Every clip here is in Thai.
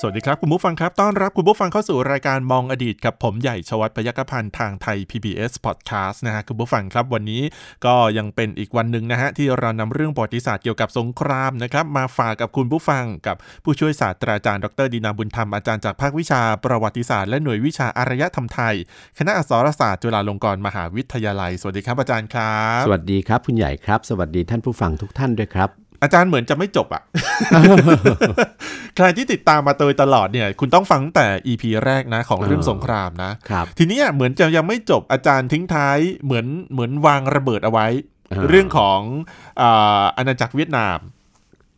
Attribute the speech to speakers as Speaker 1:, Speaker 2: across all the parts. Speaker 1: สวัสดีครับ คุณผู้ฟังครับ ต้อนรับคุณผู้ฟังเข้าสู่รายการมองอดีตกับผมใหญ่ชวัฒน์พยกพันธ์ทางไทย PBS Podcast นะฮะคุณผู้ฟังครับวันนี้ก็ยังเป็นอีกวันหนึ่งนะฮะที่เรานำเรื่องประวัติศาสตร์เกี่ยวกับสงครามนะครับมาฝากกับคุณผู้ฟังกับผู้ช่วยศาสตราจารย์ดรดีนาบุญธรรมอาจารย์จากภาควิชาประวัติศาสตร์และหน่วยวิชาอารยธรรมไทย คณะอักษรศาสตร์จุฬาลงกรณ์มหาวิทยาลัย สวัสดีครับอาจารย์ครับ
Speaker 2: สวัสดีครับคุณใหญ่ครับ สวัสดีท่านผู้ฟังทุกท่านด้วยครับ
Speaker 1: อาจารย์เหมือนจะไม่จบ อะ ใครที่ติดตามมาโดยตลอดเนี่ย คุณต้องฟังตั้งแต่ EP แรกนะ ของเรื่อง
Speaker 2: เออ
Speaker 1: สงครามนะ
Speaker 2: ครับ
Speaker 1: ทีเนี้ยเหมือนจะยังไม่จบอาจารย์ทิ้งท้ายเหมือนเหมือนวางระเบิดเอาไว้
Speaker 2: เออ
Speaker 1: เรื่องของอาอาณาจักรเวียดนาม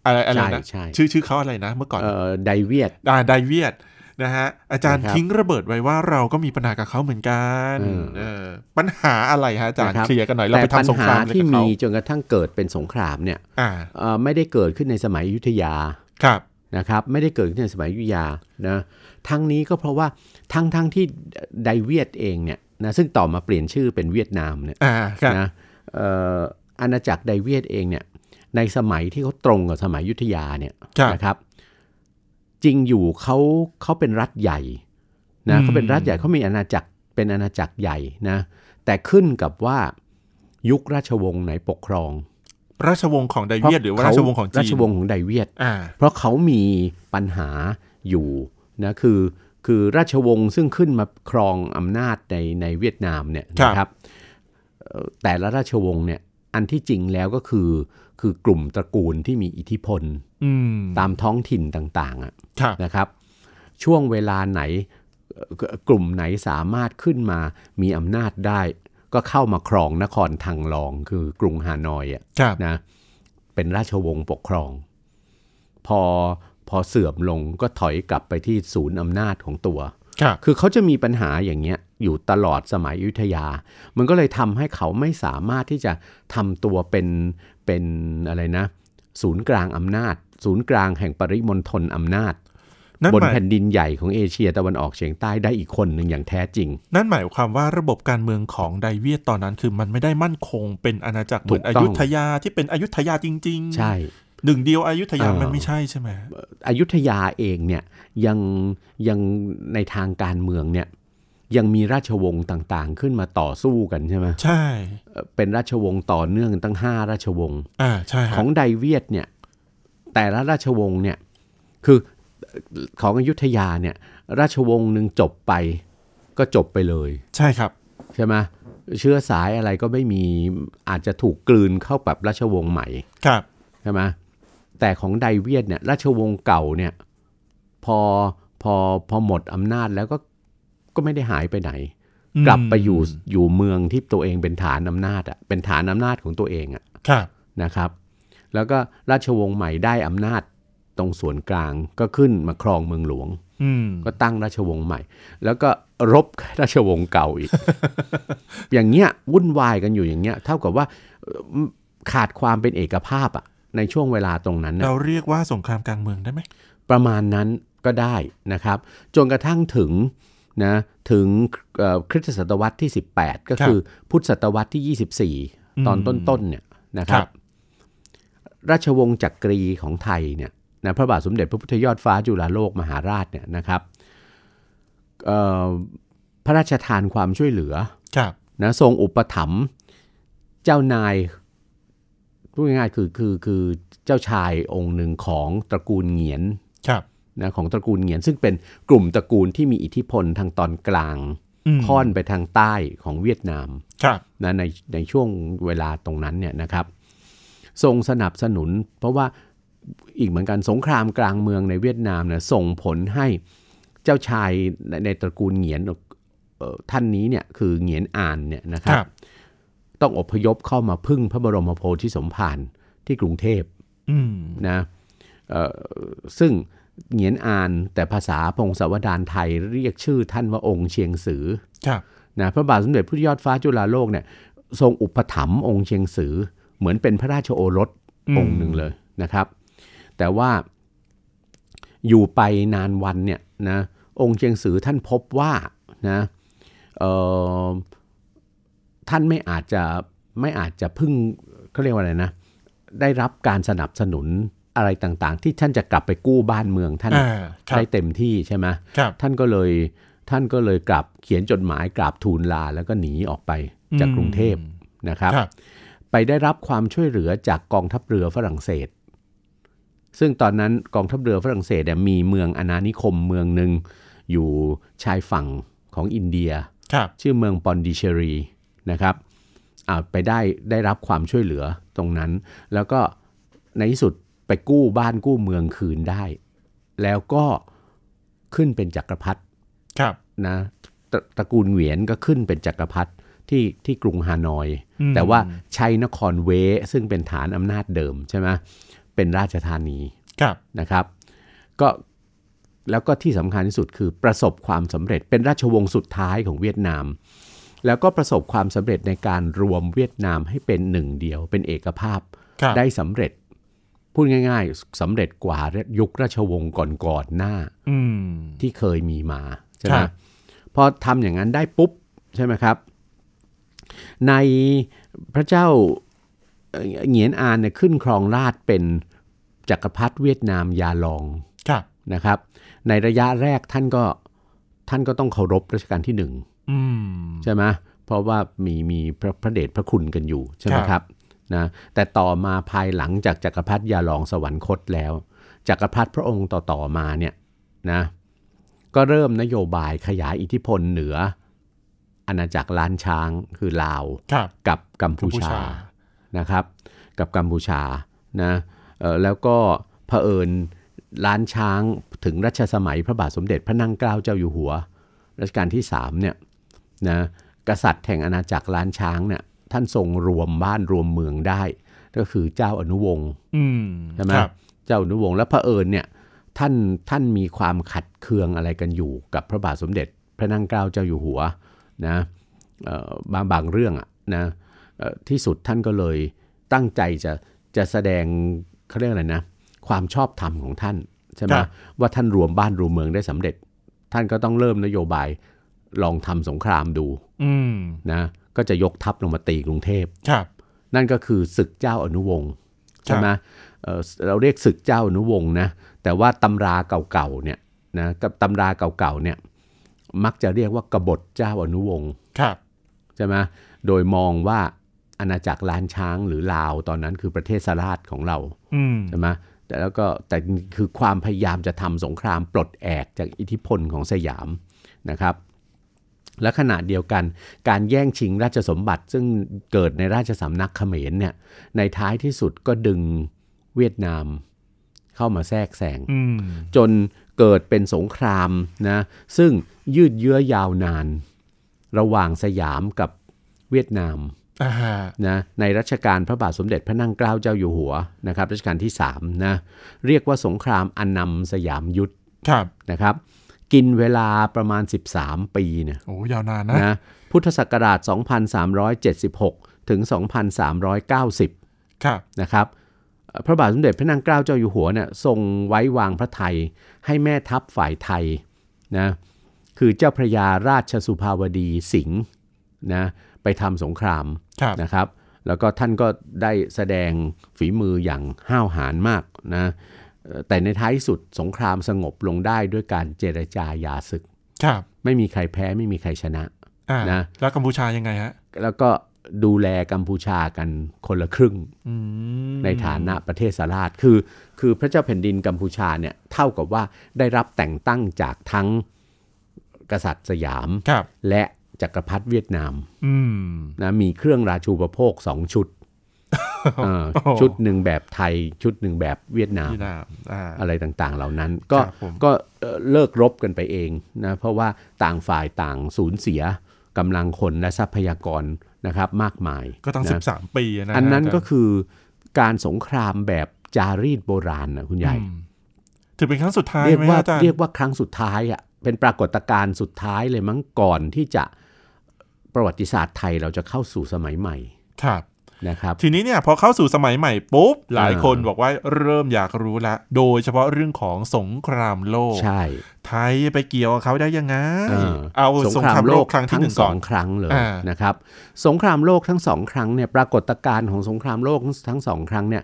Speaker 1: อะไรอะไรนะ
Speaker 2: ใช่ใช่
Speaker 1: ชื่อชื่อเขาอะไรนะเมื่อก่อน
Speaker 2: เอ่อไดเวียด
Speaker 1: อ่าไดเวียดนะฮะอาจารย์
Speaker 2: นะครับ
Speaker 1: ทิ้งระเบิดไว้ว่าเราก็มีปัญหากับเขาเหมือนกัน
Speaker 2: เออ
Speaker 1: เออปัญหาอะไรฮะอาจารย์
Speaker 2: นะครับ
Speaker 1: เคลียร์กันหน่อยเรา
Speaker 2: แต่
Speaker 1: ไป
Speaker 2: ปัญ
Speaker 1: ทำสง
Speaker 2: หาร
Speaker 1: คามอะไร
Speaker 2: ที่
Speaker 1: กับ
Speaker 2: มี
Speaker 1: เขา
Speaker 2: จนกระทั่งเกิดเป็นสงครามเนี่ย
Speaker 1: อ่า
Speaker 2: เอ่อไม่ได้เกิดขึ้นในสมัยอยุธยา
Speaker 1: ครับ
Speaker 2: นะครับ ไม่ได้เกิดขึ้นในสมัยอยุธยานะทั้งนี้ก็เพราะว่าทั้งทั้งที่ไดเวียดเองเนี่ยนะซึ่งต่อมาเปลี่ยนชื่อเป็นเวียดนามเนี่ย
Speaker 1: อ่าครับ
Speaker 2: นะเอ่ออาณาจักรไดเวียดเองเนี่ยในสมัยที่เขาตรงกับสมัยอยุธยาเนี่ย
Speaker 1: ครับ
Speaker 2: นะครับจริงอยู่เขาเขาเป็นรัฐใหญ่นะ
Speaker 1: อืม
Speaker 2: เขาเป็นรัฐใหญ่เขามีอาณาจักรเป็นอาณาจักรใหญ่นะแต่ขึ้นกับว่ายุคราชวงศ์ไหนปกครอง
Speaker 1: ราชวงศ์ของไดเวียดหรือว่าราชวงศ์ของจีน
Speaker 2: ราชวงศ์ของไดเวียด
Speaker 1: อ่า
Speaker 2: เพราะเขามีปัญหาอยู่นะคือคือราชวงศ์ซึ่งขึ้นมาครองอำนาจในในเวียดนามเนี่ย
Speaker 1: ครับ
Speaker 2: นะครับเอ่อแต่ละราชวงศ์เนี่ยอันที่จริงแล้วก็คือคือกลุ่มตระกูลที่มีอิทธิพล
Speaker 1: อืม
Speaker 2: ตามท้องถิ่นต่างๆอะ
Speaker 1: ครับ
Speaker 2: นะครับช่วงเวลาไหนเอ่อกลุ่มไหนสามารถขึ้นมามีอำนาจได้ ก็เข้ามาครองนครทางรองคือกรุงฮานอยอะ
Speaker 1: ครับ
Speaker 2: นะเป็นราชวงศ์ปกครอง พอพอเสื่อมลงก็ถอยกลับไปที่ศูนย์อำนาจของตัว
Speaker 1: ครับ
Speaker 2: คือเขาจะมีปัญหาอย่างเงี้ยอยู่ตลอดสมัยอยุธยา มันก็เลยทำให้เขาไม่สามารถที่จะทำตัวเป็นเป็นอะไรนะ ศูนย์กลางอำนาจ ศูนย์กลางแห่งปริมณฑลอำนาจ
Speaker 1: นั่น
Speaker 2: บ
Speaker 1: ห
Speaker 2: น
Speaker 1: มาย
Speaker 2: แผ่นดินใหญ่ของเอเชียตะวันออกเฉียงใต้ได้อีกคนหนึ่งอย่างแท้จริง
Speaker 1: นั่นหมายความว่าระบบการเมืองของไดเวียดตอนนั้นคือมันไม่ได้มั่นคงเป็นอาณาจักรเหมือน
Speaker 2: ถู
Speaker 1: อก
Speaker 2: ต้อง
Speaker 1: ยุธยาที่เป็นอยุธยาจริงๆ
Speaker 2: ใช่
Speaker 1: หนึ่งเดียวอยุธยา
Speaker 2: เออ
Speaker 1: มันไม่ใช่ใช่ไหม
Speaker 2: อยุธยาเองเนี่ยยังยังในทางการเมืองเนี่ยยังมีราชวงศ์ต่างๆ ขึ้นมาต่อสู้กันใช่ไหม
Speaker 1: ใช่
Speaker 2: เอ่อเป็นราชวงศ์ต่อเนื่องกันตั้ง 5 ราชวงศ์
Speaker 1: อ่าใช่ฮะ
Speaker 2: ของไดเวียดเนี่ยแต่ละราชวงศ์เนี่ยคือเอ่อของอยุธยาเนี่ยราชวงศ์หนึ่งจบไปก็จบไปเลย
Speaker 1: ใช่ครับ
Speaker 2: ใช่ไหมเชื้อสายอะไรก็ไม่มีอาจจะถูกกลืนเข้ากับราชวงศ์ใหม่
Speaker 1: ครับ
Speaker 2: ใช่ไหมแต่ของไดเวียดเนี่ยราชวงศ์เก่าเนี่ยพอพอพอหมดอำนาจแล้วก็ก็ไม่ได้หายไปไหน
Speaker 1: อืม
Speaker 2: กลับไปอยู่อยู่เมืองที่ตัวเองเป็นฐานอำนาจอะเป็นฐานอำนาจของตัวเองอะ
Speaker 1: ครับ
Speaker 2: นะครับ แล้วก็ราชวงศ์ใหม่ได้อำนาจตรงส่วนกลางก็ขึ้นมาครองเมืองหลวง
Speaker 1: อืม
Speaker 2: ก็ตั้งราชวงศ์ใหม่ แล้วก็รบราชวงศ์เก่าอีก อย่างเงี้ยวุ่นวายกันอยู่อย่างเงี้ย เท่ากับว่าเอ่อขาดความเป็นเอกภาพอะในช่วงเวลาตรงนั้นน่ะ
Speaker 1: เราเรียกว่าสงครามกลางเมืองได้ไหม
Speaker 2: ประมาณนั้นก็ได้นะครับ จนกระทั่งถึงนะถึงเอ่อคริสตศตวรรษที่ 18 ก็คือพุทธศตวรรษที่ 24 ตอนต้นๆเนี่ยนะครับ ราชวงศ์จักกรีของไทยเนี่ยนะพระบาทสมเด็จพระพุทธยอดฟ้าจุฬาโลกมหาราชเนี่ยนะครับเอ่อพระราชทานความช่วยเหลือ
Speaker 1: ครับ
Speaker 2: นะทรงอุปถัมภ์เจ้านายพูดง่ายๆคือคือคือเจ้าชายองค์หนึ่งของตระกูลเหงียน
Speaker 1: ครับ
Speaker 2: นะของตระกูลเหงียนซึ่งเป็นกลุ่มตระกูลที่มีอิทธิพลทางตอนกลาง
Speaker 1: ม
Speaker 2: ค่อนไปทางใต้ของเวียดนาม
Speaker 1: ครับ
Speaker 2: นะในในช่วงเวลาตรงนั้นเนี่ยนะครับ ทรงสนับสนุน เพราะว่าอีกเหมือนกันสงครามกลางเมืองในเวียดนามเนี่ยส่งผลให้เจ้าชายในในตระกูลเหงียนเอ่อท่านนี้เนี่ยคือเหงียนอ่านเนี่ยนะค
Speaker 1: ครับ รับ
Speaker 2: ต้องอพยพเข้ามาพึ่งพระบรมโพธิสมภารที่กรุงเทพ
Speaker 1: อืม
Speaker 2: นะเอ่อซึ่งเหงียนอ่านแต่ภาษาพงศาวดารไทยเรียกชื่อท่านว่าองค์เชียงสือ
Speaker 1: ครับ
Speaker 2: นะพระบาทสมเด็จพระพุทธยอดฟ้าจุฬาโลกเนี่ย ทรงอุปถัมภ์องค์เชียงสือ เหมือนเป็นพระราชโอรส
Speaker 1: อืม
Speaker 2: องค์หนึ่งเลยนะครับ แต่ว่าอยู่ไปนานวันเนี่ยนะองค์เชียงสือท่านพบว่านะเอ่อท่านไม่อาจจะไม่อาจจะพึ่งเขาเรียกว่าอะไรนะ ได้รับการสนับสนุนอะไรต่างๆ ที่ท่านจะกลับไปกู้บ้านเมืองท่าน
Speaker 1: อ่าครับ
Speaker 2: ได้เต็มที่ใช่ไหม
Speaker 1: ครับ
Speaker 2: ท่านก็เลยท่านก็เลยกลับเขียนจดหมายกราบทูลลาแล้วก็หนีออกไปจาก
Speaker 1: อืม
Speaker 2: กรุงเทพนะครับ
Speaker 1: ครับ
Speaker 2: ไปได้รับความช่วยเหลือจากกองทัพเรือฝรั่งเศส ซึ่งตอนนั้นกองทัพเรือฝรั่งเศสเนี่ยมีเมืองอาณานิคมเมืองหนึ่งอยู่ชายฝั่งของอินเดีย
Speaker 1: ครับ
Speaker 2: ชื่อเมืองปอนดิเชรีนะครับอ่าไปได้ได้รับความช่วยเหลือตรงนั้น แล้วก็ในที่สุดไปกู้บ้านกู้เมืองคืนได้ แล้วก็ขึ้นเป็นจักรพรรดิ
Speaker 1: ครับ
Speaker 2: นะตระตระกูลเหวียนก็ขึ้นเป็นจักรพรรดิที่ที่กรุงฮานอย
Speaker 1: อืม
Speaker 2: แต่ว่าใช้นครเวซึ่งเป็นฐานอำนาจเดิมใช่ไหมเป็นราชธานี
Speaker 1: ครับ
Speaker 2: นะครับ ก็แล้วก็ที่สำคัญที่สุดคือประสบความสำเร็จเป็นราชวงศ์สุดท้ายของเวียดนาม แล้วก็ประสบความสำเร็จในการรวมเวียดนามให้เป็นหนึ่งเดียว เป็นเอกภาพ
Speaker 1: ครับ
Speaker 2: ได้สำเร็จ พูดง่ายๆสำเร็จกว่ายุคราชวงศ์ก่อนๆหน้า
Speaker 1: อืม
Speaker 2: ที่เคยมีมาใช่
Speaker 1: ค
Speaker 2: ไหม
Speaker 1: รับ
Speaker 2: พอทำอย่างนั้นได้ปุ๊บใช่ไหมครับ ในพระเจ้าเอ่อเหงียนอานเนี่ยขึ้นครองราชย์เป็นจักรพรรดิเวียดนามยาลอง
Speaker 1: ครับ
Speaker 2: นะครับ ในระยะแรกท่านก็ท่านก็ต้องเคารพรัชกาลที่หนึ่ง
Speaker 1: อืม
Speaker 2: ใช่ไหมเพราะว่ามีมีพระพระเดชพระคุณกันอยู่ใช่ไหม
Speaker 1: ครับ
Speaker 2: ครับนะแต่ต่อมาภายหลังจากจักรพรรดิยาลองสวรรคตแล้วจักรพรรดิพระองค์ต่อๆมาเนี่ยนะก็เริ่มนโยบายขยายอิทธิพลเหนือ อาณาจักรล้านช้างคือลาว
Speaker 1: ครับ
Speaker 2: กับกัมพูชา นะครับกับกัมพูชานะเอ่อแล้วก็เผอิญล้านช้างถึงรัชสมัยพระบาทสมเด็จพระนั่งเกล้าเจ้าอยู่หัว รัชกาลที่3เนี่ยนะกษัตริย์แห่งอาณาจักรล้านช้างเนี่ยท่านทรงรวมบ้านรวมเมืองได้ ก็คือเจ้าอนุวงศ์
Speaker 1: อืม
Speaker 2: ใช่ไหม
Speaker 1: ครับ
Speaker 2: เจ้าอนุวงศ์และเผอิญเนี่ยท่านท่านมีความขัดเคืองอะไรกันอยู่กับพระบาทสมเด็จพระนั่งเกล้าเจ้าอยู่หัวนะเอ่อบางบางเรื่องอะนะ เอ่อที่สุดท่านก็เลยตั้งใจจะจะแสดงเขาเรียกอะไรนะ ความชอบธรรมของท่านใช่ไหมว่าท่านรวมบ้านรวมเมืองได้สำเร็จ ท่านก็ต้องเริ่มนโยบายลองทำสงครามดู
Speaker 1: อืม
Speaker 2: นะก็จะยกทัพลงมาตีกรุงเทพ
Speaker 1: ครับ
Speaker 2: นั่นก็คือศึกเจ้าอนุวงศ์ใช่ไหมเอ่อเราเรียกศึกเจ้าอนุวงศ์นะแต่ว่าตำราเก่าๆเนี่ยนะกับตำราเก่าๆเนี่ยมักจะเรียกว่ากบฏเจ้าอนุวงศ์
Speaker 1: ครับ
Speaker 2: ใช่ไหมโดยมองว่าอาณาจักรล้านช้างหรือลาวตอนนั้นคือประเทศสราชของเรา
Speaker 1: อืม
Speaker 2: ใช่ไหมแต่แล้วก็แต่คือความพยายามจะทำสงครามปลดแอกจากอิทธิพลของสยามนะครับ และขณะเดียวกันการแย่งชิงราชสมบัติซึ่งเกิดในราชสำนักเขมรเนี่ยในท้ายที่สุดก็ดึงเวียดนามเข้ามาแทรกแซง
Speaker 1: อืม
Speaker 2: จนเกิดเป็นสงครามนะซึ่งยืดเยื้อยาวนาน ระหว่างสยามกับเวียดนาม
Speaker 1: อ่าฮะ
Speaker 2: นะในรัชกาลพระบาทสมเด็จพระนั่งเกล้าเจ้าอยู่หัวนะครับรัชกาลที่3นะเรียกว่าสงครามอันนำสยามยุทธ
Speaker 1: ครับ
Speaker 2: นะครับ กินเวลาประมาณ 13 ปีเนย
Speaker 1: โอ้ยาวนานนะ
Speaker 2: นะพุทธศักราช 2376 ถึง 2390
Speaker 1: ครับ
Speaker 2: นะครับเอ่อพระบาทสมเด็จพระนางเกล้าเจ้าอยู่หัวเนี่ยทรงไว้วางพระไทยให้แม่ทัพฝ่ายไทยนะคือเจ้าพระยาราชสุภาวดีสิงห์นะไปทำสงคราม
Speaker 1: ครับ
Speaker 2: นะครับ แล้วก็ท่านก็ได้แสดงฝีมืออย่างห้าวหาญมากนะเอ่อแต่ในท้ายสุดสงครามสงบลงได้ด้วยการเจรจาหยาศึก
Speaker 1: ครับ
Speaker 2: ไม่มีใครแพ้ไม่มีใครชนะ
Speaker 1: อ่า
Speaker 2: นะ
Speaker 1: แล้วกัมพูชายังไงฮะ
Speaker 2: แล้วก็ดูแลกัมพูชากันคนละครึ่ง
Speaker 1: อืม
Speaker 2: ในฐานะประเทศสาราชคือคือพระเจ้าแผ่นดินกัมพูชาเนี่ยเท่ากับว่าได้รับแต่งตั้งจากทั้งกษัตริย์สยาม
Speaker 1: ครับ
Speaker 2: และจักรพรรดิเวียดนาม
Speaker 1: อืม
Speaker 2: นะมีเครื่องราชูปโภคสอง ชุดเออชุดหนึ่งแบบไทยชุดหนึ่งแบบเวียดนาม
Speaker 1: ที่นามอ่า
Speaker 2: อะไรต่างๆ เหล่านั้น ก็
Speaker 1: ครับผม
Speaker 2: ก็เอ่อเลิกรบกันไปเองนะเพราะว่าต่างฝ่ายต่างสูญเสียกำลังคนและทรัพยากรนะครับมากมาย
Speaker 1: ก็ตั้ง
Speaker 2: นะ
Speaker 1: สิบสามปีนะ
Speaker 2: อันนั้นก็
Speaker 1: าจารย์
Speaker 2: คือการสงครามแบบจารีตโบราณนะคุณใหญ่
Speaker 1: อืมถือเป็นครั้งสุดท้าย
Speaker 2: เรียก
Speaker 1: ไหม
Speaker 2: ว่า
Speaker 1: อาจารย์
Speaker 2: เรียกว่าครั้งสุดท้ายอ่ะเป็นปรากฏการณ์สุดท้ายเลยมั้งก่อนที่จะ ประวัติศาสตร์ไทยเราจะเข้าสู่สมัยใหม่
Speaker 1: ครับ
Speaker 2: นะครับ
Speaker 1: ทีนี้เนี่ยพอเข้าสู่สมัยใหม่ปุ๊บ หลาย
Speaker 2: อ่า
Speaker 1: คนบอกว่าเริ่มอยากรู้ละ โดยเฉพาะเรื่องของสงครามโลก
Speaker 2: ใช่
Speaker 1: ไทยไปเกี่ยวกับเขาได้ยังไง
Speaker 2: เออ
Speaker 1: เอาสงครามโลกครั้งที่หนึ่ง
Speaker 2: ส
Speaker 1: ก่
Speaker 2: อ
Speaker 1: อน
Speaker 2: งครั้งเลย
Speaker 1: อ่าน
Speaker 2: นะครับ สงครามโลกทั้งสองครั้งเนี่ยปรากฏการณ์ของสงครามโลกทั้งสองครั้งเนี่ย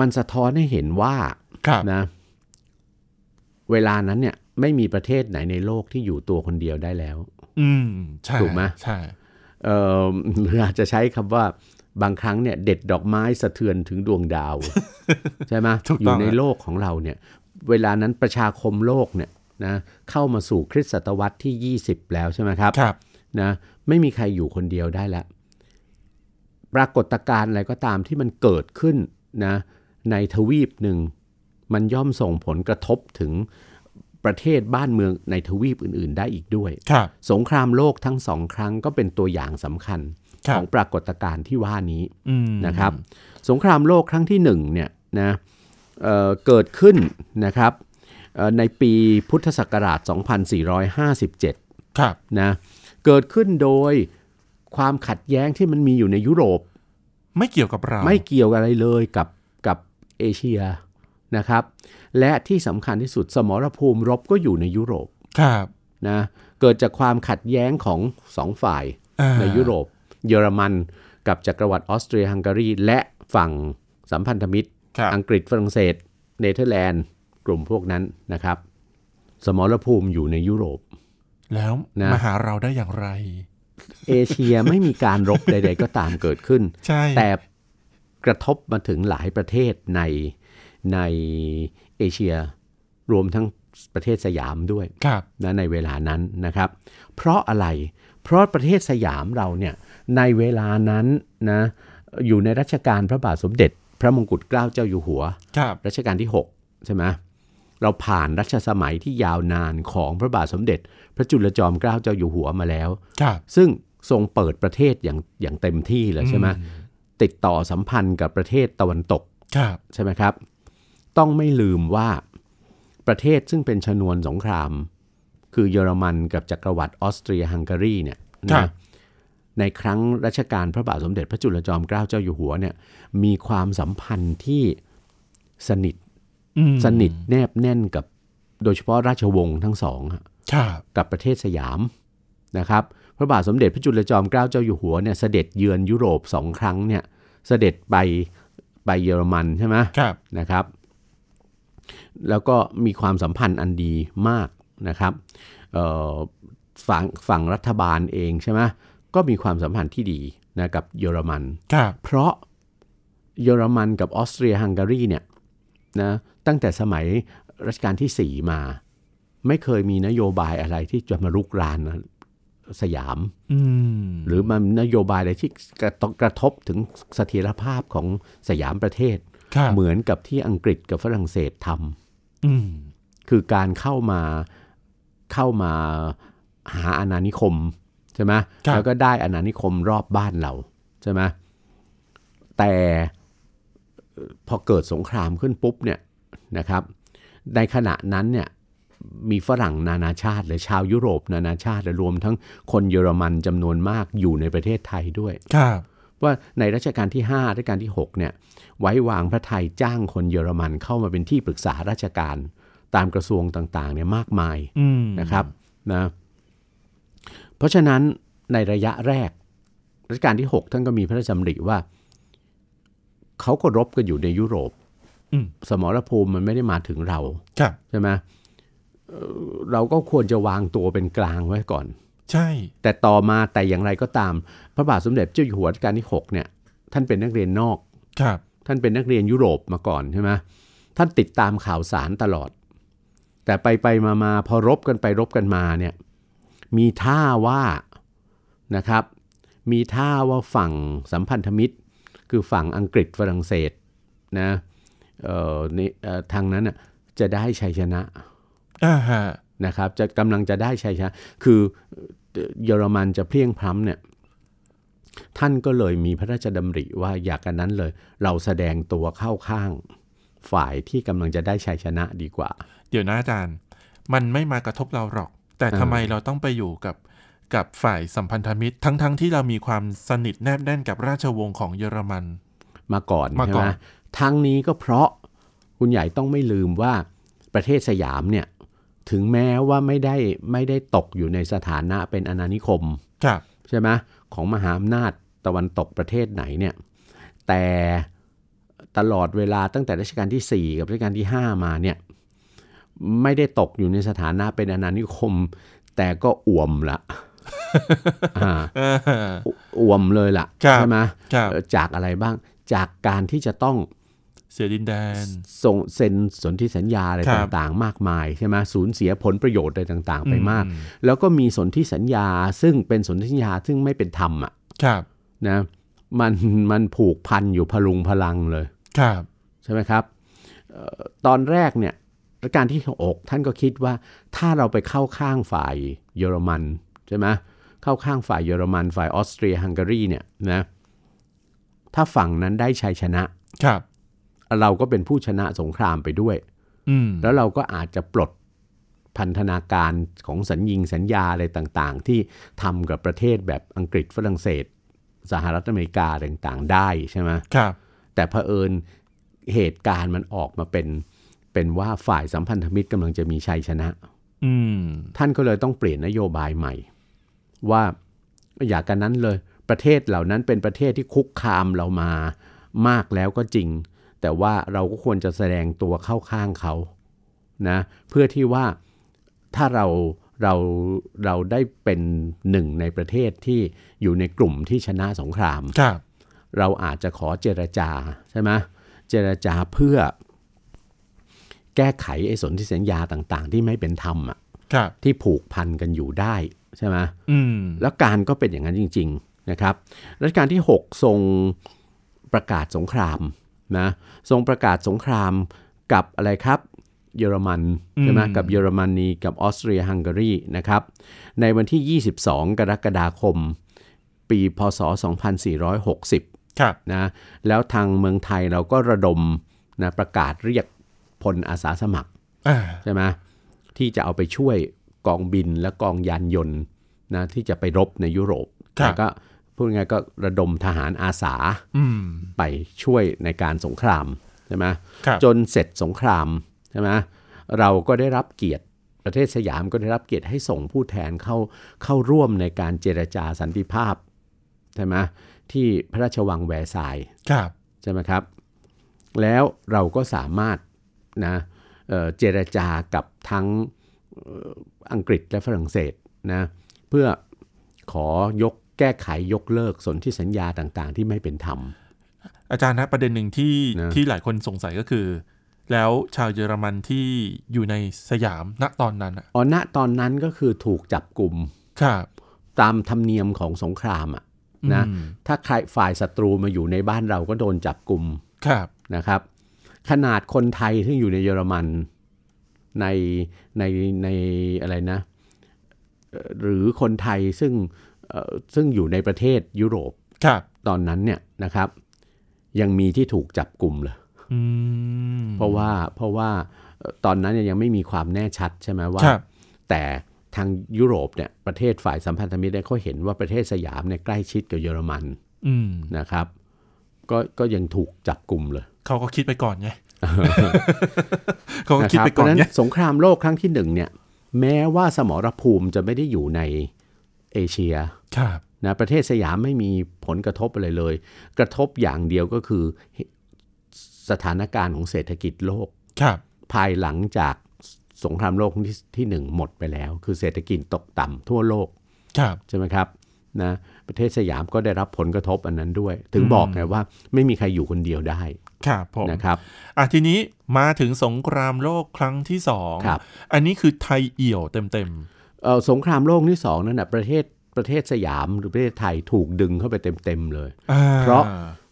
Speaker 2: มันสะท้อนให้เห็นว่า
Speaker 1: ครับ
Speaker 2: นะเวลานั้นเนี่ยไม่มีประเทศไหนในโลกที่อยู่ตัวคนเดียวได้แล้ว
Speaker 1: อืมใช่
Speaker 2: ถูกไหม
Speaker 1: ใช่
Speaker 2: เอ่อ หรืออาจจะใช้คำว่าบางครั้งเนี่ยเด็ดดอกไม้สะเทือนถึงดวงดาว ใช่ไหม
Speaker 1: ถูก
Speaker 2: อ
Speaker 1: ต้อยู่ ง
Speaker 2: ใน
Speaker 1: ฮะ
Speaker 2: โลกของเราเนี่ยเวลานั้นประชาคมโลกเนี่ยนะเข้ามาสู่คริสตศตวรรษที่ 20 แล้วใช่ไหมครับ
Speaker 1: ครับ
Speaker 2: นะไม่มีใครอยู่คนเดียวได้แล้วปรากฏการณ์อะไรก็ตามที่มันเกิดขึ้นนะในทวีปหนึ่ง มันย่อมส่งผลกระทบถึงประเทศบ้านเมืองในทวีปอื่น ๆ ได้อีกด้วย
Speaker 1: ครับ
Speaker 2: สงครามโลกทั้งสองครั้งก็เป็นตัวอย่างสำคัญ
Speaker 1: ครั
Speaker 2: ข
Speaker 1: บ
Speaker 2: องปรากฏการณ์ที่ว่านี้
Speaker 1: อืม
Speaker 2: นะครับ สงครามโลกครั้งที่หนึ่งเนี่ยนะเอ่อเกิดขึ้นนะครับเอ่อในปีพุทธศักราช 2457
Speaker 1: ครับ
Speaker 2: นะเกิดขึ้นโดยความขัดแย้งที่มันมีอยู่ในยุโรป
Speaker 1: ไม่เกี่ยวกับเรา
Speaker 2: ไม่เกี่ยวอะไรเลยกับกับเอเชียนะครับ และที่สำคัญที่สุดสมรภูมิรบก็อยู่ในยุโรป
Speaker 1: ครับ
Speaker 2: นะเกิดจากความขัดแย้งของสองฝ่าย
Speaker 1: อ่า
Speaker 2: ในยุโรป เยอรมันกับจักรวรรดิออสเตรียฮังการี และฝั่งสัมพันธมิตร
Speaker 1: ครับ
Speaker 2: อังกฤษฝรั่งเศส เนเธอร์แลนด์ กลุ่มพวกนั้นนะครับ สมรภูมิอยู่ในยุโรป
Speaker 1: แล้ว
Speaker 2: นะ
Speaker 1: มาหาเราได้อย่างไร
Speaker 2: เอเชีย ไม่มีการรบใด ๆ ก็ตามเกิดขึ้น
Speaker 1: ใช่
Speaker 2: แต่กระทบมาถึงหลายประเทศในในเอเชียรวมทั้งประเทศสยามด้วย
Speaker 1: ครับ
Speaker 2: นะในเวลานั้นนะครับ เพราะอะไร เพราะประเทศสยามเราเนี่ยในเวลานั้นนะอยู่ในรัชกาลพระบาทสมเด็จ พระมงกุฎเกล้าเจ้าอยู่หัว
Speaker 1: ครับ
Speaker 2: รัชกาลที่ 6 ใช่ไหมเราผ่านรัชสมัยที่ยาวนานของพระบาทสมเด็จ พระจุลจอมเกล้าเจ้าอยู่หัวมาแล้ว
Speaker 1: ครับ
Speaker 2: ซึ่งทรงเปิดประเทศอย่างอย่างเต็มที่เลยใช่ไหมติดต่อสัมพันธ์กับประเทศตะวันตก
Speaker 1: ครับ
Speaker 2: ใช่ไหมครับ ต้องไม่ลืมว่าประเทศซึ่งเป็นชนวนสงคราม คือเยอรมันกับจักรวรรดิออสเตรียฮังการีเนี่ย
Speaker 1: ครั
Speaker 2: นะ
Speaker 1: บ
Speaker 2: ในครั้งรัชกาลพระบาทสมเด็จพระจุลจอมเกล้าเจ้าอยู่หัวเนี่ยมีความสัมพันธ์ที่สนิท
Speaker 1: อืม
Speaker 2: สนิทแนบแน่นกับโดยเฉพาะราชวงศ์ทั้งสองอะ
Speaker 1: ครับ
Speaker 2: กับประเทศสยามนะครับพระบาทสมเด็จพระจุลจอมเกล้าเจ้าอยู่หัวเนี่ยเสด็จเยือนยุโรปสองครั้งเนี่ยเสด็จไปไปเยอรมันใช่ไหม
Speaker 1: ครับ
Speaker 2: นะครับ แล้วก็มีความสัมพันธ์อันดีมากนะครับเอ่อฝั่งฝั่งรัฐบาลเองใช่ไหมก็มีความสัมพันธ์ที่ดีนะกับเยอรมัน
Speaker 1: ครับ
Speaker 2: เพราะเยอรมันกับออสเตรียฮังการีเนี่ยนะตั้งแต่สมัยรัชกาลที่ 4 มา ไม่เคยมีนโยบายอะไรที่จะมารุกรานสยาม
Speaker 1: อืม
Speaker 2: หรือมันนโยบายอะไรที่กระทบกระทบถึงเสถียรภาพของสยามประเทศ
Speaker 1: ครับ
Speaker 2: เหมือนกับที่อังกฤษกับฝรั่งเศสทำ
Speaker 1: อืม
Speaker 2: คือการเข้ามาเข้ามาหาอาณานิคมใช่ไหม
Speaker 1: ครับ
Speaker 2: แล้วก็ได้อาณานิคมรอบบ้านเราใช่ไหมแต่เอ่อพอเกิดสงครามขึ้นปุ๊บเนี่ยนะครับ ในขณะนั้นเนี่ยมีฝรั่งนานาชาติหรือชาวยุโรปนานาชาติและรวมทั้งคนเยอรมันจำนวนมากอยู่ในประเทศไทยด้วย
Speaker 1: ครับ
Speaker 2: ว่าในรัชกาลที่ 5 รัชกาลที่ 6 เนี่ย ไว้วางพระไทยจ้างคนเยอรมันเข้ามาเป็นที่ปรึกษาราชการตามกระทรวงต่างๆเนี่ยมากมาย
Speaker 1: อืม
Speaker 2: นะครับนะเพราะฉะนั้นในระยะแรก รัชกาลที่ 6 ท่านก็มีพระราชดำริว่า เขาก็รบกันอยู่ในยุโรป
Speaker 1: อืม
Speaker 2: สมรภูมิมันไม่ได้มาถึงเรา
Speaker 1: ครับ
Speaker 2: ใช่ไหมเอ่อเราก็ควรจะวางตัวเป็นกลางไว้ก่อน
Speaker 1: ใช่
Speaker 2: แต่ต่อมาแต่อย่างไรก็ตาม พระบาทสมเด็จเจ้าอยู่หัวรัชกาลที่6เนี่ยท่านเป็นนักเรียนนอก
Speaker 1: ครับ
Speaker 2: ท่านเป็นนักเรียนยุโรปมาก่อนใช่ไหมท่านติดตามข่าวสารตลอด แต่ไปไปมามาพอรบกันไปรบกันมาเนี่ยมีท่าว่านะครับ มีท่าว่าฝั่งสัมพันธมิตร คือฝั่งอังกฤษฝรั่งเศสนะเอ่อนี่เอ่อทางนั้นน่ะจะได้ชัยชนะ
Speaker 1: อ่าฮะ
Speaker 2: นะครับจะกำลังจะได้ชัยชนะ คือเอ่อเยอรมันจะเพลียงพล้ำเนี่ย ท่านก็เลยมีพระราชดำริว่าอยากกันนั้นเลย เราแสดงตัวเข้าข้างฝ่ายที่กำลังจะได้ชัยชนะดีกว่า
Speaker 1: เดี๋ยวนะอาจารย์ มันไม่มากระทบเราหรอก แต่
Speaker 2: อ่า
Speaker 1: ทำไมเราต้องไปอยู่กับ กับฝ่ายสัมพันธมิตร ทั้งๆทที่เรามีความสนิทแนบแน่นกับราชวงศ์ของเยอรมัน
Speaker 2: มาก่อน
Speaker 1: มา
Speaker 2: ใช่
Speaker 1: ก่อ
Speaker 2: ไห
Speaker 1: น
Speaker 2: มทั้งนี้ก็เพราะคุณใหญ่ต้องไม่ลืมว่าประเทศสยามเนี่ยถึงแม้ว่าไม่ได้ไม่ได้ตกอยู่ในสถานะเป็นอาณานิคม
Speaker 1: ครับ
Speaker 2: ใช่ไหมของมหาอำนาจตะวันตกประเทศไหนเนี่ยแต่ตลอดเวลาตั้งแต่รัชกาลทีสี่4 กับรัชกาลที่ 5 มาเนี่ยไม่ได้ตกอยู่ในสถานะเป็นอาณานิคม แต่ก็อ่วม ละ อ่าอ่วอ่วมเลยละ
Speaker 1: ครับ
Speaker 2: ใช่ไหม
Speaker 1: ครับ
Speaker 2: เอ่อจากอะไรบ้างจากการที่จะต้อง
Speaker 1: เสียดินแดน
Speaker 2: ส่งเซ็นสนธิสัญญาอะไร
Speaker 1: ครับ
Speaker 2: ต่างๆ มากมายใช่ไหมสูญเสียผลประโยชน์อะไรต่างๆ ไปมาก
Speaker 1: อื
Speaker 2: แล้วก็มีสนธิสัญญา ซึ่งเป็นสนธิสัญญาซึ่งไม่เป็นธรรมอ่ะ
Speaker 1: ครับ
Speaker 2: นะมันมันผูกพันอยู่พลุงพลังเลย
Speaker 1: ครับ
Speaker 2: ใช่ไหมครับเอ่อตอนแรกเนี่ยรัชกาลที่6ท่านก็คิดว่าถ้าเราไปเข้าข้างฝ่ายเยอรมันใช่ไหมเข้าข้างฝ่ายเยอรมันฝ่ายออสเตรียฮังการีเนี่ยนะถ้าฝั่งนั้นได้ชัยชนะ
Speaker 1: ครับ
Speaker 2: เราก็เป็นผู้ชนะสงครามไปด้วย
Speaker 1: อืม
Speaker 2: แล้วเราก็อาจจะปลดพันธนาการของสัญญิงสัญญาอะไรต่างๆ ที่ทำกับประเทศแบบอังกฤษฝรั่งเศส สหรัฐอเมริกาอะไรต่างๆ ได้ใช่ไหม
Speaker 1: ครับ
Speaker 2: แต่เผอิญเหตุการณ์มันออกมาเป็นเป็นว่าฝ่ายสัมพันธมิตรกำลังจะมีชัยชนะ
Speaker 1: อืม
Speaker 2: ท่านก็เลยต้องเปลี่ยนนโยบายใหม่ ว่าอยากกันนั้นเลย ประเทศเหล่านั้นเป็นประเทศที่คุกคามเรามามากแล้วก็จริง แต่ว่าเราก็ควรจะแสดงตัวเข้าข้างเขานะเพื่อที่ว่าถ้าเราเราเราได้เป็นหนึ่งในประเทศที่อยู่ในกลุ่มที่ชนะสงคราม
Speaker 1: ครับ
Speaker 2: เราอาจจะขอเจรจาใช่ไหมเจรจาเพื่อ แก้ไขไอ้สนธิสัญญาต่างๆ ที่ไม่เป็นธรรมอะ
Speaker 1: ครับ
Speaker 2: ที่ผูกพันกันอยู่ได้ใช่ไหม
Speaker 1: อืม
Speaker 2: แล้วการก็เป็นอย่างนั้นจริง ๆนะครับรัชกาลที่ 6 ทรงประกาศสงครามนะทรงประกาศสงครามกับอะไรครับ เยอรมันใช่ไหมกับเยอรมนีกับออสเตรียฮังการีนะครับ ในวันที่ 22 กรกฎาคม ปีพศ 2460
Speaker 1: ครับ
Speaker 2: นะแล้วทางเมืองไทยเราก็ระดมนะประกาศเรียกพลอาสาสมัคร
Speaker 1: อ่า
Speaker 2: ใช่ไหมที่จะเอาไปช่วยกองบินและกองยานยนต์นะที่จะไปรบในยุโรปแต่ก็พูดง่ายๆก็ระดมทหารอาสา
Speaker 1: อืม
Speaker 2: ไปช่วยในการสงครามใช่ไหม
Speaker 1: ครับ
Speaker 2: จนเสร็จสงครามใช่ไหมเราก็ได้รับเกียรติประเทศสยามก็ได้รับเกียรติให้ส่งผู้แทนเข้าเข้าร่วมในการเจรจาสันติภาพใช่ไหมที่พระราชวังแวร์ซายน์
Speaker 1: ครับ
Speaker 2: ใช่ไหมครับ แล้วเราก็สามารถนะเอ่อเจรจากับทั้งเอ่ออังกฤษและฝรั่งเศสนะเพื่อขอยกแก้ไขยกเลิกสนธิสัญญาต่างๆ ที่ไม่เป็นธรรม
Speaker 1: อาจารย์นะประเด็นหนึ่งที่
Speaker 2: นะ
Speaker 1: ที่หลายคนสงสัยก็คือ แล้วชาวเยอรมันที่อยู่ในสยามณตอนนั้นอะ
Speaker 2: อ๋อณตอนนั้นก็คือถูกจับกลุ่ม
Speaker 1: ครับ
Speaker 2: ตามธรรมเนียมของสงครามอะนะ
Speaker 1: อืม
Speaker 2: ถ้าใครฝ่ายศัตรูมาอยู่ในบ้านเราก็โดนจับกลุ่ม
Speaker 1: ครับ
Speaker 2: นะครับขนาดคนไทยที่อยู่ในเยอรมันในในในอะไรนะเอ่อหรือคนไทยซึ่งเอ่อซึ่งอยู่ในประเทศยุโรป
Speaker 1: ครับ
Speaker 2: ตอนนั้นเนี่ยนะครับ ยังมีที่ถูกจับกลุ่มเลย
Speaker 1: อืม
Speaker 2: เพราะว่าเพราะว่าเอ่อตอนนั้นเนี่ยยังไม่มีความแน่ชัดใช่ไหมว่า
Speaker 1: ครับ
Speaker 2: แต่ทางยุโรปเนี่ยประเทศฝ่ายสัมพันธมิตรเนี่ยเขาเห็นว่าประเทศสยามเนี่ยใกล้ชิดกับเยอรมัน
Speaker 1: อืม
Speaker 2: นะครับก็ก็ยังถูกจับกลุ่มเลย
Speaker 1: เขาก็คิดไปก่อนไงเขาก็
Speaker 2: นะ
Speaker 1: คิด
Speaker 2: รับ
Speaker 1: ไปก่อน
Speaker 2: เพราะฉะ
Speaker 1: ไง
Speaker 2: นั้นสงครามโลกครั้งที่หนึ่งเนี่ยแม้ว่าสมรภูมิจะไม่ได้อยู่ในเอเชีย
Speaker 1: ครับ
Speaker 2: นะประเทศสยามไม่มีผลกระทบอะไรเลย กระทบอย่างเดียวก็คือสถานการณ์ของเศรษฐกิจโลก
Speaker 1: ครับ
Speaker 2: ภายหลังจากสงครามโลกครั้งที่ที่หนึ่งหมดไปแล้ว คือเศรษฐกิจตกต่ำทั่วโลก
Speaker 1: ครับ
Speaker 2: ใช่ไหมครับนะประเทศสยามก็ได้รับผลกระทบอันนั้นด้วย ถึงบอกไงว่าไม่มีใครอยู่คนเดียวได้
Speaker 1: ครับผม
Speaker 2: นะครับ
Speaker 1: อ่ะทีนี้มาถึงสงครามโลกครั้งที่สอง
Speaker 2: ครับ
Speaker 1: อันนี้คือไทยเอี่ยวเต็ม
Speaker 2: เอ่อสงครามโลกที่สองนั่นนะประเทศประเทศสยามหรือประเทศไทยถูกดึงเข้าไปเต็มๆเลย
Speaker 1: ๆอ่
Speaker 2: เพราะ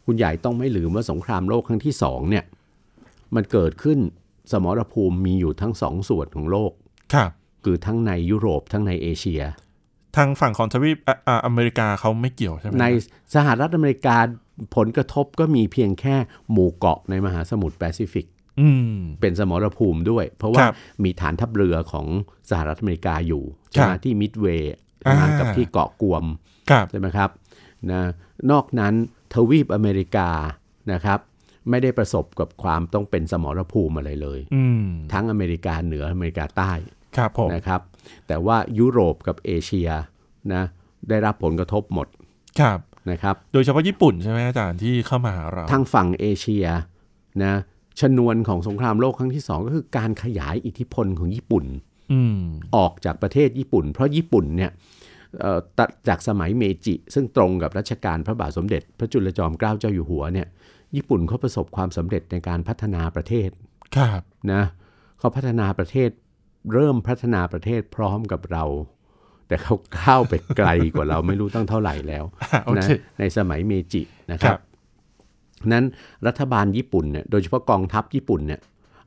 Speaker 2: คุณใหญ่ต้องไม่ลืมว่าสงครามโลกครั้งที่สองเนี่ยมันเกิดขึ้นสมรภูมิมีอยู่ทั้งสองส่วนของโลก
Speaker 1: ครับ
Speaker 2: คือทั้งในยุโรปทั้งในเอเชีย
Speaker 1: ทางฝั่งของทวีปอ่ะอ่ะอเมริกาเขาไม่เกี่ยวใช่ไหม
Speaker 2: ในสหรัฐอเมริกาผลกระทบก็มีเพียงแค่หมู่เกาะในมหาสมุทรแปซิฟิก
Speaker 1: อืม
Speaker 2: เป็นสมรภูมิด้วย เพราะว่า
Speaker 1: ครับ
Speaker 2: มีฐานทัพเรือของสหรัฐอเมริกาอยู่ใช่ไหม
Speaker 1: ครับ
Speaker 2: ที่มิดเวย์
Speaker 1: อ่า
Speaker 2: มากับที่เกาะกวม
Speaker 1: ครับ
Speaker 2: ใช่ไหมครับนะนอกนั้นทวีปอเมริกานะครับไม่ได้ประสบกับความต้องเป็นสมรภูมิอะไรเลย
Speaker 1: อืม
Speaker 2: ทั้งอเมริกาเหนืออเมริกาใต้
Speaker 1: ครับผม
Speaker 2: นะครับแต่ว่ายุโรปกับเอเชียนะได้รับผลกระทบหมด
Speaker 1: ครับ
Speaker 2: นะครับ
Speaker 1: โดยเฉพาะญี่ปุ่นใช่ไหมอาจารย์ที่เข้ามาหาเรา
Speaker 2: ทางฝั่งเอเชียนะชนวนของสงครามโลกครั้งที่สองก็คือการขยายอิทธิพลของญี่ปุ่น
Speaker 1: อืม
Speaker 2: ออกจากประเทศญี่ปุ่น เพราะญี่ปุ่นเนี่ยเอ่อตัดจากสมัยเมจิ ซึ่งตรงกับรัชกาลพระบาทสมเด็จ พระจุลจอมเกล้าเจ้าอยู่หัวเนี่ยญี่ปุ่นเขาประสบความสำเร็จในการพัฒนาประเทศ
Speaker 1: ครับ
Speaker 2: นะเขาพัฒนาประเทศเริ่มพัฒนาประเทศพร้อมกับเรา แต่เขาก้าวไปไกลกว่าเรา ไม่รู้ตั้งเท่าไหร่แล้ว
Speaker 1: โอ
Speaker 2: นะ
Speaker 1: เค
Speaker 2: ในสมัยเมจินะค
Speaker 1: ครั
Speaker 2: รับ บนั้นรัฐบาลญี่ปุ่นเนี่ยโดยเฉพาะกองทัพญี่ปุ่นเนี่ย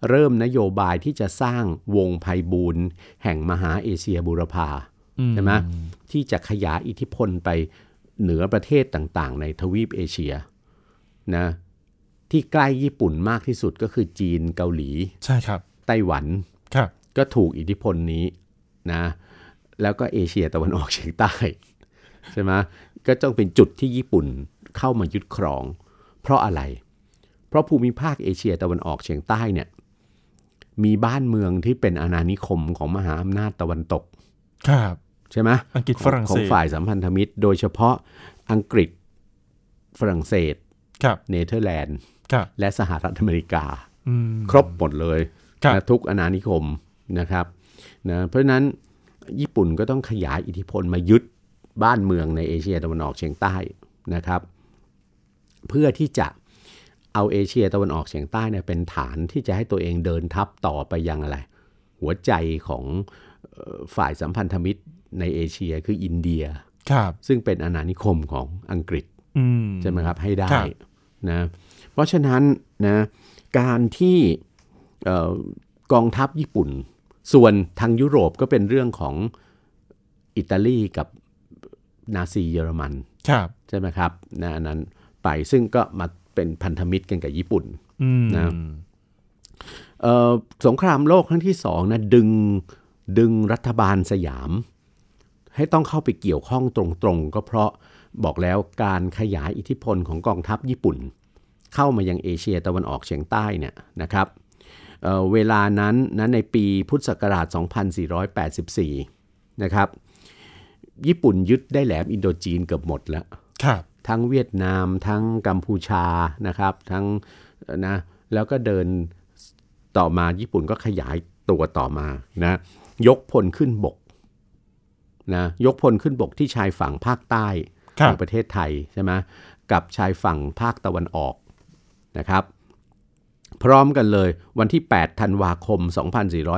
Speaker 2: เริ่มนโยบายที่จะสร้างวงไพบูลย์แห่งมหาเอเชียบูรพา
Speaker 1: อืม
Speaker 2: ใช่ไหมที่จะขยายอิทธิพลไปเหนือประเทศต่างๆ ในทวีปเอเชียนะที่ใกล้ญี่ปุ่นมากที่สุดก็คือจีนเกาหลี
Speaker 1: ใช่ครับ
Speaker 2: ไต้หวัน
Speaker 1: ครับ
Speaker 2: ก็ถูกอิทธิพลนี้นะแล้วก็เอเชียตะวันออกเฉียงใต้ ใช่ไหมก็ต้องเป็นจุดที่ญี่ปุ่นเข้ามายึดครอง เพราะอะไร เพราะภูมิภาคเอเชียตะวันออกเฉียงใต้เนี่ยมีบ้านเมืองที่เป็นอาณานิคมของมหาอำนาจตะวันตก
Speaker 1: ครับ
Speaker 2: ใช่ไหม
Speaker 1: อังกฤษฝรั่ง
Speaker 2: ขอ
Speaker 1: เศ
Speaker 2: ง
Speaker 1: ส
Speaker 2: ฝ่ายสัมพันธมิตร โดยเฉพาะอังกฤษฝรั่งเศส
Speaker 1: ครับ
Speaker 2: เนเธอร์แลนด์
Speaker 1: ครับ
Speaker 2: และสหรัฐอเมริกา
Speaker 1: อืม
Speaker 2: ครบหมดเลย
Speaker 1: ครับ
Speaker 2: นะทุกอาณานิคมนะครับนะเพราะฉะนั้นญี่ปุ่นก็ต้องขยายอิทธิพลมายึดบ้านเมืองในเอเชียตะวันออกเฉียงใต้นะครับ เพื่อที่จะเอาเอเชียตะวันออกเฉียงใต้เนี่ยเป็นฐานที่จะให้ตัวเองเดินทัพต่อไปยังอะไร หัวใจของเอ่อฝ่ายสัมพันธมิตรในเอเชียคืออินเดีย
Speaker 1: ครับ
Speaker 2: ซึ่งเป็นอาณานิคมของอังกฤษ
Speaker 1: อืม
Speaker 2: ใช่ไหมครับให้ได้
Speaker 1: ครับ
Speaker 2: นะเพราะฉะนั้นนะการที่เอ่อกองทัพญี่ปุ่น ส่วนทางยุโรปก็เป็นเรื่องของอิตาลีกับนาซีเยอรมัน
Speaker 1: ครับ
Speaker 2: ใช่ไหมครับนะอันนั้นไปซึ่งก็มาเป็นพันธมิตรกันกับญี่ปุ่น
Speaker 1: อืม
Speaker 2: นะ เอ่อสงครามโลกครั้งที่สองนะดึงดึงรัฐบาลสยาม ให้ต้องเข้าไปเกี่ยวข้องตรงๆ ก็เพราะบอกแล้วการขยายอิทธิพลของกองทัพญี่ปุ่น เข้ามายังเอเชียตะวันออกเฉียงใต้เนี่ยนะครับเอ่อเวลานั้นนะในปีพุทธศักราช 2484 นะครับ ญี่ปุ่นยึดได้แหลมอินโดจีนเกือบหมดแล้ว
Speaker 1: ครับ
Speaker 2: ทั้งเวียดนามทั้งกัมพูชานะครับทั้งเอ่อนะแล้วก็เดินต่อมาญี่ปุ่นก็ขยายตัวต่อมานะยกพลขึ้นบกนะยกพลขึ้นบกที่ชายฝั่งภาคใต้
Speaker 1: ครั
Speaker 2: ข
Speaker 1: บ
Speaker 2: องประเทศไทยใช่ไหมกับชายฝั่งภาคตะวันออกนะครับ พร้อมกันเลยวันที่ 8 ธันวาคม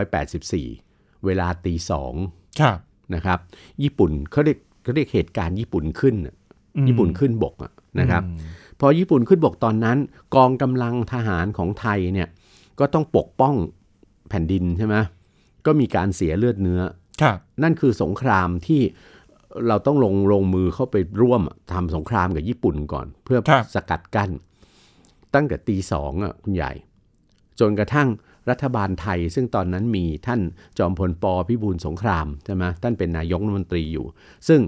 Speaker 2: 2484 เวลาตีสอง
Speaker 1: ครับ
Speaker 2: นะครับญี่ปุ่นเขาเรียกเขาเรียกเหตุการณ์ญี่ปุ่นขึ้นน่ะ
Speaker 1: อืม
Speaker 2: ญี่ปุ่นขึ้นบกอะนะครับพอญี่ปุ่นขึ้นบกตอนนั้น กองกำลังทหารของไทยเนี่ยก็ต้องปกป้องแผ่นดินใช่ไหมก็มีการเสียเลือดเนื้อ
Speaker 1: ครับ
Speaker 2: นั่นคือสงครามที่เราต้องลงลงมือเข้าไปร่วมทำสงครามกับญี่ปุ่นก่อน เพื่อ
Speaker 1: ครับ
Speaker 2: สกัดกั้น ตั้งแต่ตีสองอ่ะคุณใหญ่ จนกระทั่งรัฐบาลไทย ซึ่งตอนนั้นมีท่านจอมพลปพิบูลสงครามใช่ไหมท่านเป็นนายกรัฐมนตรีอยู่ ซึ่ง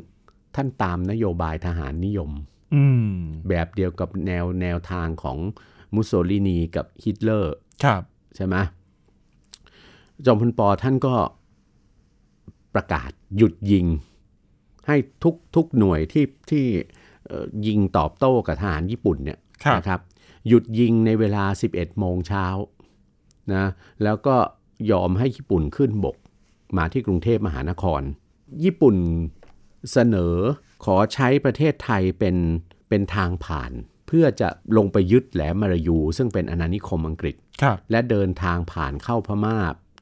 Speaker 2: ท่านตามนโยบายทหารนิยม
Speaker 1: อืม
Speaker 2: แบบเดียวกับแนวแนวทางของมุสโสลินีกับฮิตเลอร์
Speaker 1: ครับ
Speaker 2: ใช่ไหมจอมพลปท่านก็ประกาศหยุดยิง ให้ทุกทุกหน่วยที่ที่เอ่อยิงตอบโต้กับทหารญี่ปุ่นเนี่ย
Speaker 1: ครับ
Speaker 2: นะครับหยุดยิงในเวลา 11 โมงเช้านะแล้วก็ยอมให้ญี่ปุ่นขึ้นบกมาที่กรุงเทพมหานคร ญี่ปุ่นเสนอขอใช้ประเทศไทยเป็นเป็นทางผ่าน เพื่อจะลงไปยึดแหลมมารายู ซึ่งเป็นอาณานิคมอังกฤษ
Speaker 1: ครับ
Speaker 2: และเดินทางผ่านเข้าพม่า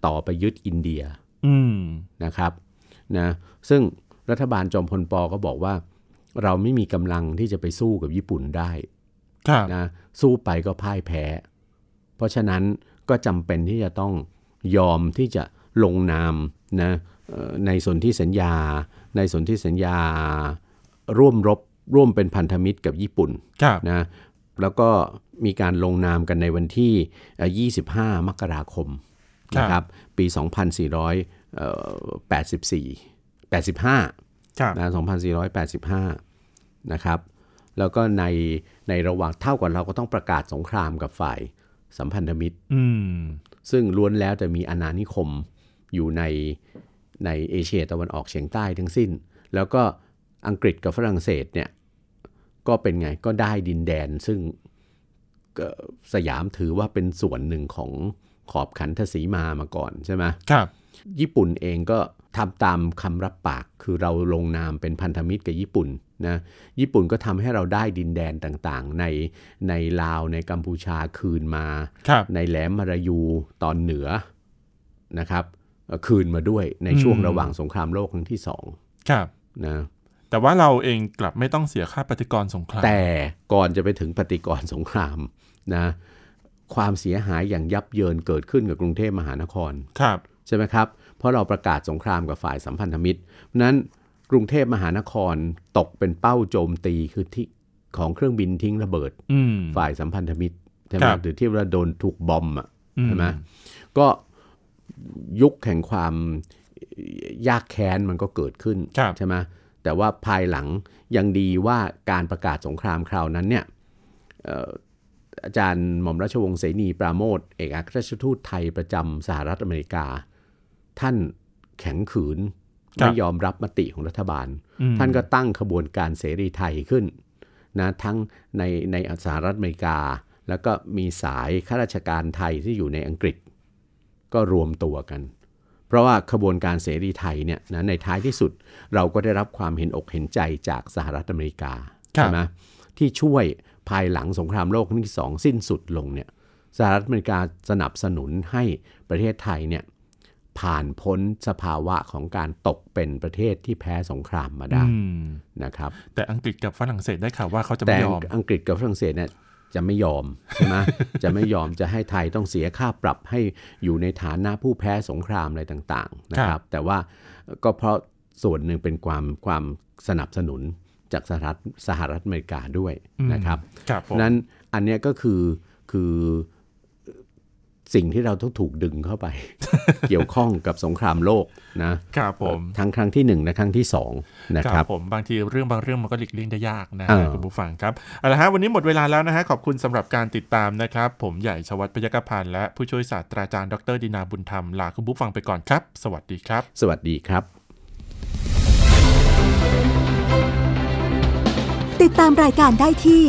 Speaker 2: ต่อไปยึดอินเดีย
Speaker 1: อืม
Speaker 2: นะครับนะซึ่งรัฐบาลจอมพลปก็บอกว่า เราไม่มีกำลังที่จะไปสู้กับญี่ปุ่นได้
Speaker 1: ครับ
Speaker 2: นะสู้ไปก็พ่ายแพ้ เพราะฉะนั้นก็จำเป็นที่จะต้องยอมที่จะลงนามนะเอ่อในสนธิสัญญา ในสนธิสัญญาร่วมรบร่วมเป็นพันธมิตรกับญี่ปุ่น
Speaker 1: ครับ
Speaker 2: นะแล้วก็มีการลงนามกันในวันที่เอ่อ25 มกราคม
Speaker 1: ครับ
Speaker 2: นะครับปี 2484 85
Speaker 1: ครับ
Speaker 2: นะ2485 นะครับ แล้วก็ในในระหว่างเท่ากับเราก็ต้องประกาศสงครามกับฝ่ายสัมพันธมิตร
Speaker 1: อืม
Speaker 2: ซึ่งล้วนแล้วแต่มีอาณานิคมอยู่ในในเอเชียตะวันออกเฉียงใต้ทั้งสิ้น แล้วก็อังกฤษกับฝรั่งเศสเนี่ยก็เป็นไงก็ได้ดินแดนซึ่งเอ่อสยามถือว่าเป็นส่วนหนึ่งของขอบขันทศีมามาก่อนใช่ไหม
Speaker 1: ครับ
Speaker 2: ญี่ปุ่นเองก็ทำตามคำรับปากคือเราลงนามเป็นพันธมิตรกับญี่ปุ่นนะญี่ปุ่นก็ทำให้เราได้ดินแดนต่างๆ ในในลาวในกัมพูชาคืนมา
Speaker 1: ครับ
Speaker 2: ในแหลมมารายูตอนเหนือนะครับเอ่อคืนมาด้วยในช่วง
Speaker 1: อืม
Speaker 2: ระหว่างสงครามโลกครั้งที่สอง
Speaker 1: ครับ
Speaker 2: นะ
Speaker 1: แต่ว่าเราเองกลับไม่ต้องเสียค่าปฏิกรสงคราม
Speaker 2: แต่ก่อนจะไปถึงปฏิกรณ์สงครามนะความเสียหายอย่างยับเยินเกิดขึ้นกับกรุงเทพมหานคร
Speaker 1: ครับ
Speaker 2: ใช่ไหมครับ เพราะเราประกาศสงครามกับฝ่ายสัมพันธมิตร เพราะฉะนั้นกรุงเทพมหานครตกเป็นเป้าโจมตีคือที่ของเครื่องบินทิ้งระเบิด
Speaker 1: อืม
Speaker 2: ฝ่ายสัมพันธมิตรใช่ไหม
Speaker 1: ครับ
Speaker 2: หรือที่เราโดนถูกบอมอ่ะ
Speaker 1: อื
Speaker 2: ใช่ไหมก็ยุคแห่งความยากแค้นมันก็เกิดขึ้น
Speaker 1: ครับ
Speaker 2: ใช่ไหมแต่ว่าภายหลังยังดีว่าการประกาศสงครามคราวนั้นเนี่ยเอ่ออาจารย์หม่อมราชวงศ์เสนีปราโมทเอกอัครราชทูตไทยประจำสหรัฐอเมริกา ท่านแข็งขืน
Speaker 1: ครับ
Speaker 2: ไม่ยอมรับมติของรัฐบาล
Speaker 1: อืม
Speaker 2: ท่านก็ตั้งขบวนการเสรีไทยขึ้นนะทั้งในในสหรัฐอเมริกา แล้วก็มีสายข้าราชการไทยที่อยู่ในอังกฤษ ก็รวมตัวกัน เพราะว่าขบวนการเสรีไทยเนี่ยนะในท้ายที่สุดเราก็ได้รับความเห็นอกเห็นใจจากสหรัฐอเมริกา
Speaker 1: ครับ
Speaker 2: ใช่ไหมที่ช่วยภายหลังสงครามโลกครั้งที่สองสิ้นสุดลงเนี่ยสหรัฐอเมริกาสนับสนุนให้ประเทศไทยเนี่ยผ่านพ้นสภาวะของการตกเป็นประเทศที่แพ้สงครามมาได้
Speaker 1: อืม
Speaker 2: นะครับ
Speaker 1: แต่อังกฤษกับฝรั่งเศสได้ข่าวว่าเขาจะ
Speaker 2: แต่
Speaker 1: ไม่ยอม
Speaker 2: อังกฤษกับฝรั่งเศสเนี่ยจะไม่ยอมใช่ไหม จะไม่ยอมจะให้ไทยต้องเสียค่าปรับให้อยู่ในฐานะผู้แพ้สงครามอะไรต่างๆนะค
Speaker 1: ครั
Speaker 2: รับ
Speaker 1: บ
Speaker 2: แต่ว่าก็เพราะส่วนหนึ่งเป็นความความสนับสนุนจากสหรัฐสหรัฐอเมริกาด้วยนะครับ
Speaker 1: ครับผม
Speaker 2: นั้นอันเนี้ยก็คือคือสิ่งที่เราต้องถูกดึงเข้าไป เกี่ยวข้องกับสงครามโลกนะครับ
Speaker 1: ผม
Speaker 2: ทั้งครั้งที่หนึ่งและครั้งที่สองนะค
Speaker 1: ค
Speaker 2: รั
Speaker 1: รับ บผมบางทีเรื่องบางเรื่องมันก็หลีกเลี่ยงได้ยากนะ
Speaker 2: เอ
Speaker 1: ฮะ
Speaker 2: อ
Speaker 1: คุณผู้ฟังครับเอาละฮะวันนี้หมดเวลาแล้วนะฮะขอบคุณสำหรับการติดตามนะครับ ผมใหญ่ชวัฒน์พยกพันธ์และผู้ช่วยศาสตราจารย์ดรดินาบุญธรรมลาคุณผู้ฟังไปก่อนครับ สวัสดีครับ
Speaker 2: สวัสดีครับ
Speaker 3: ติดตามรายการได้ที่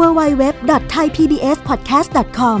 Speaker 3: www.thaipbspodcast.com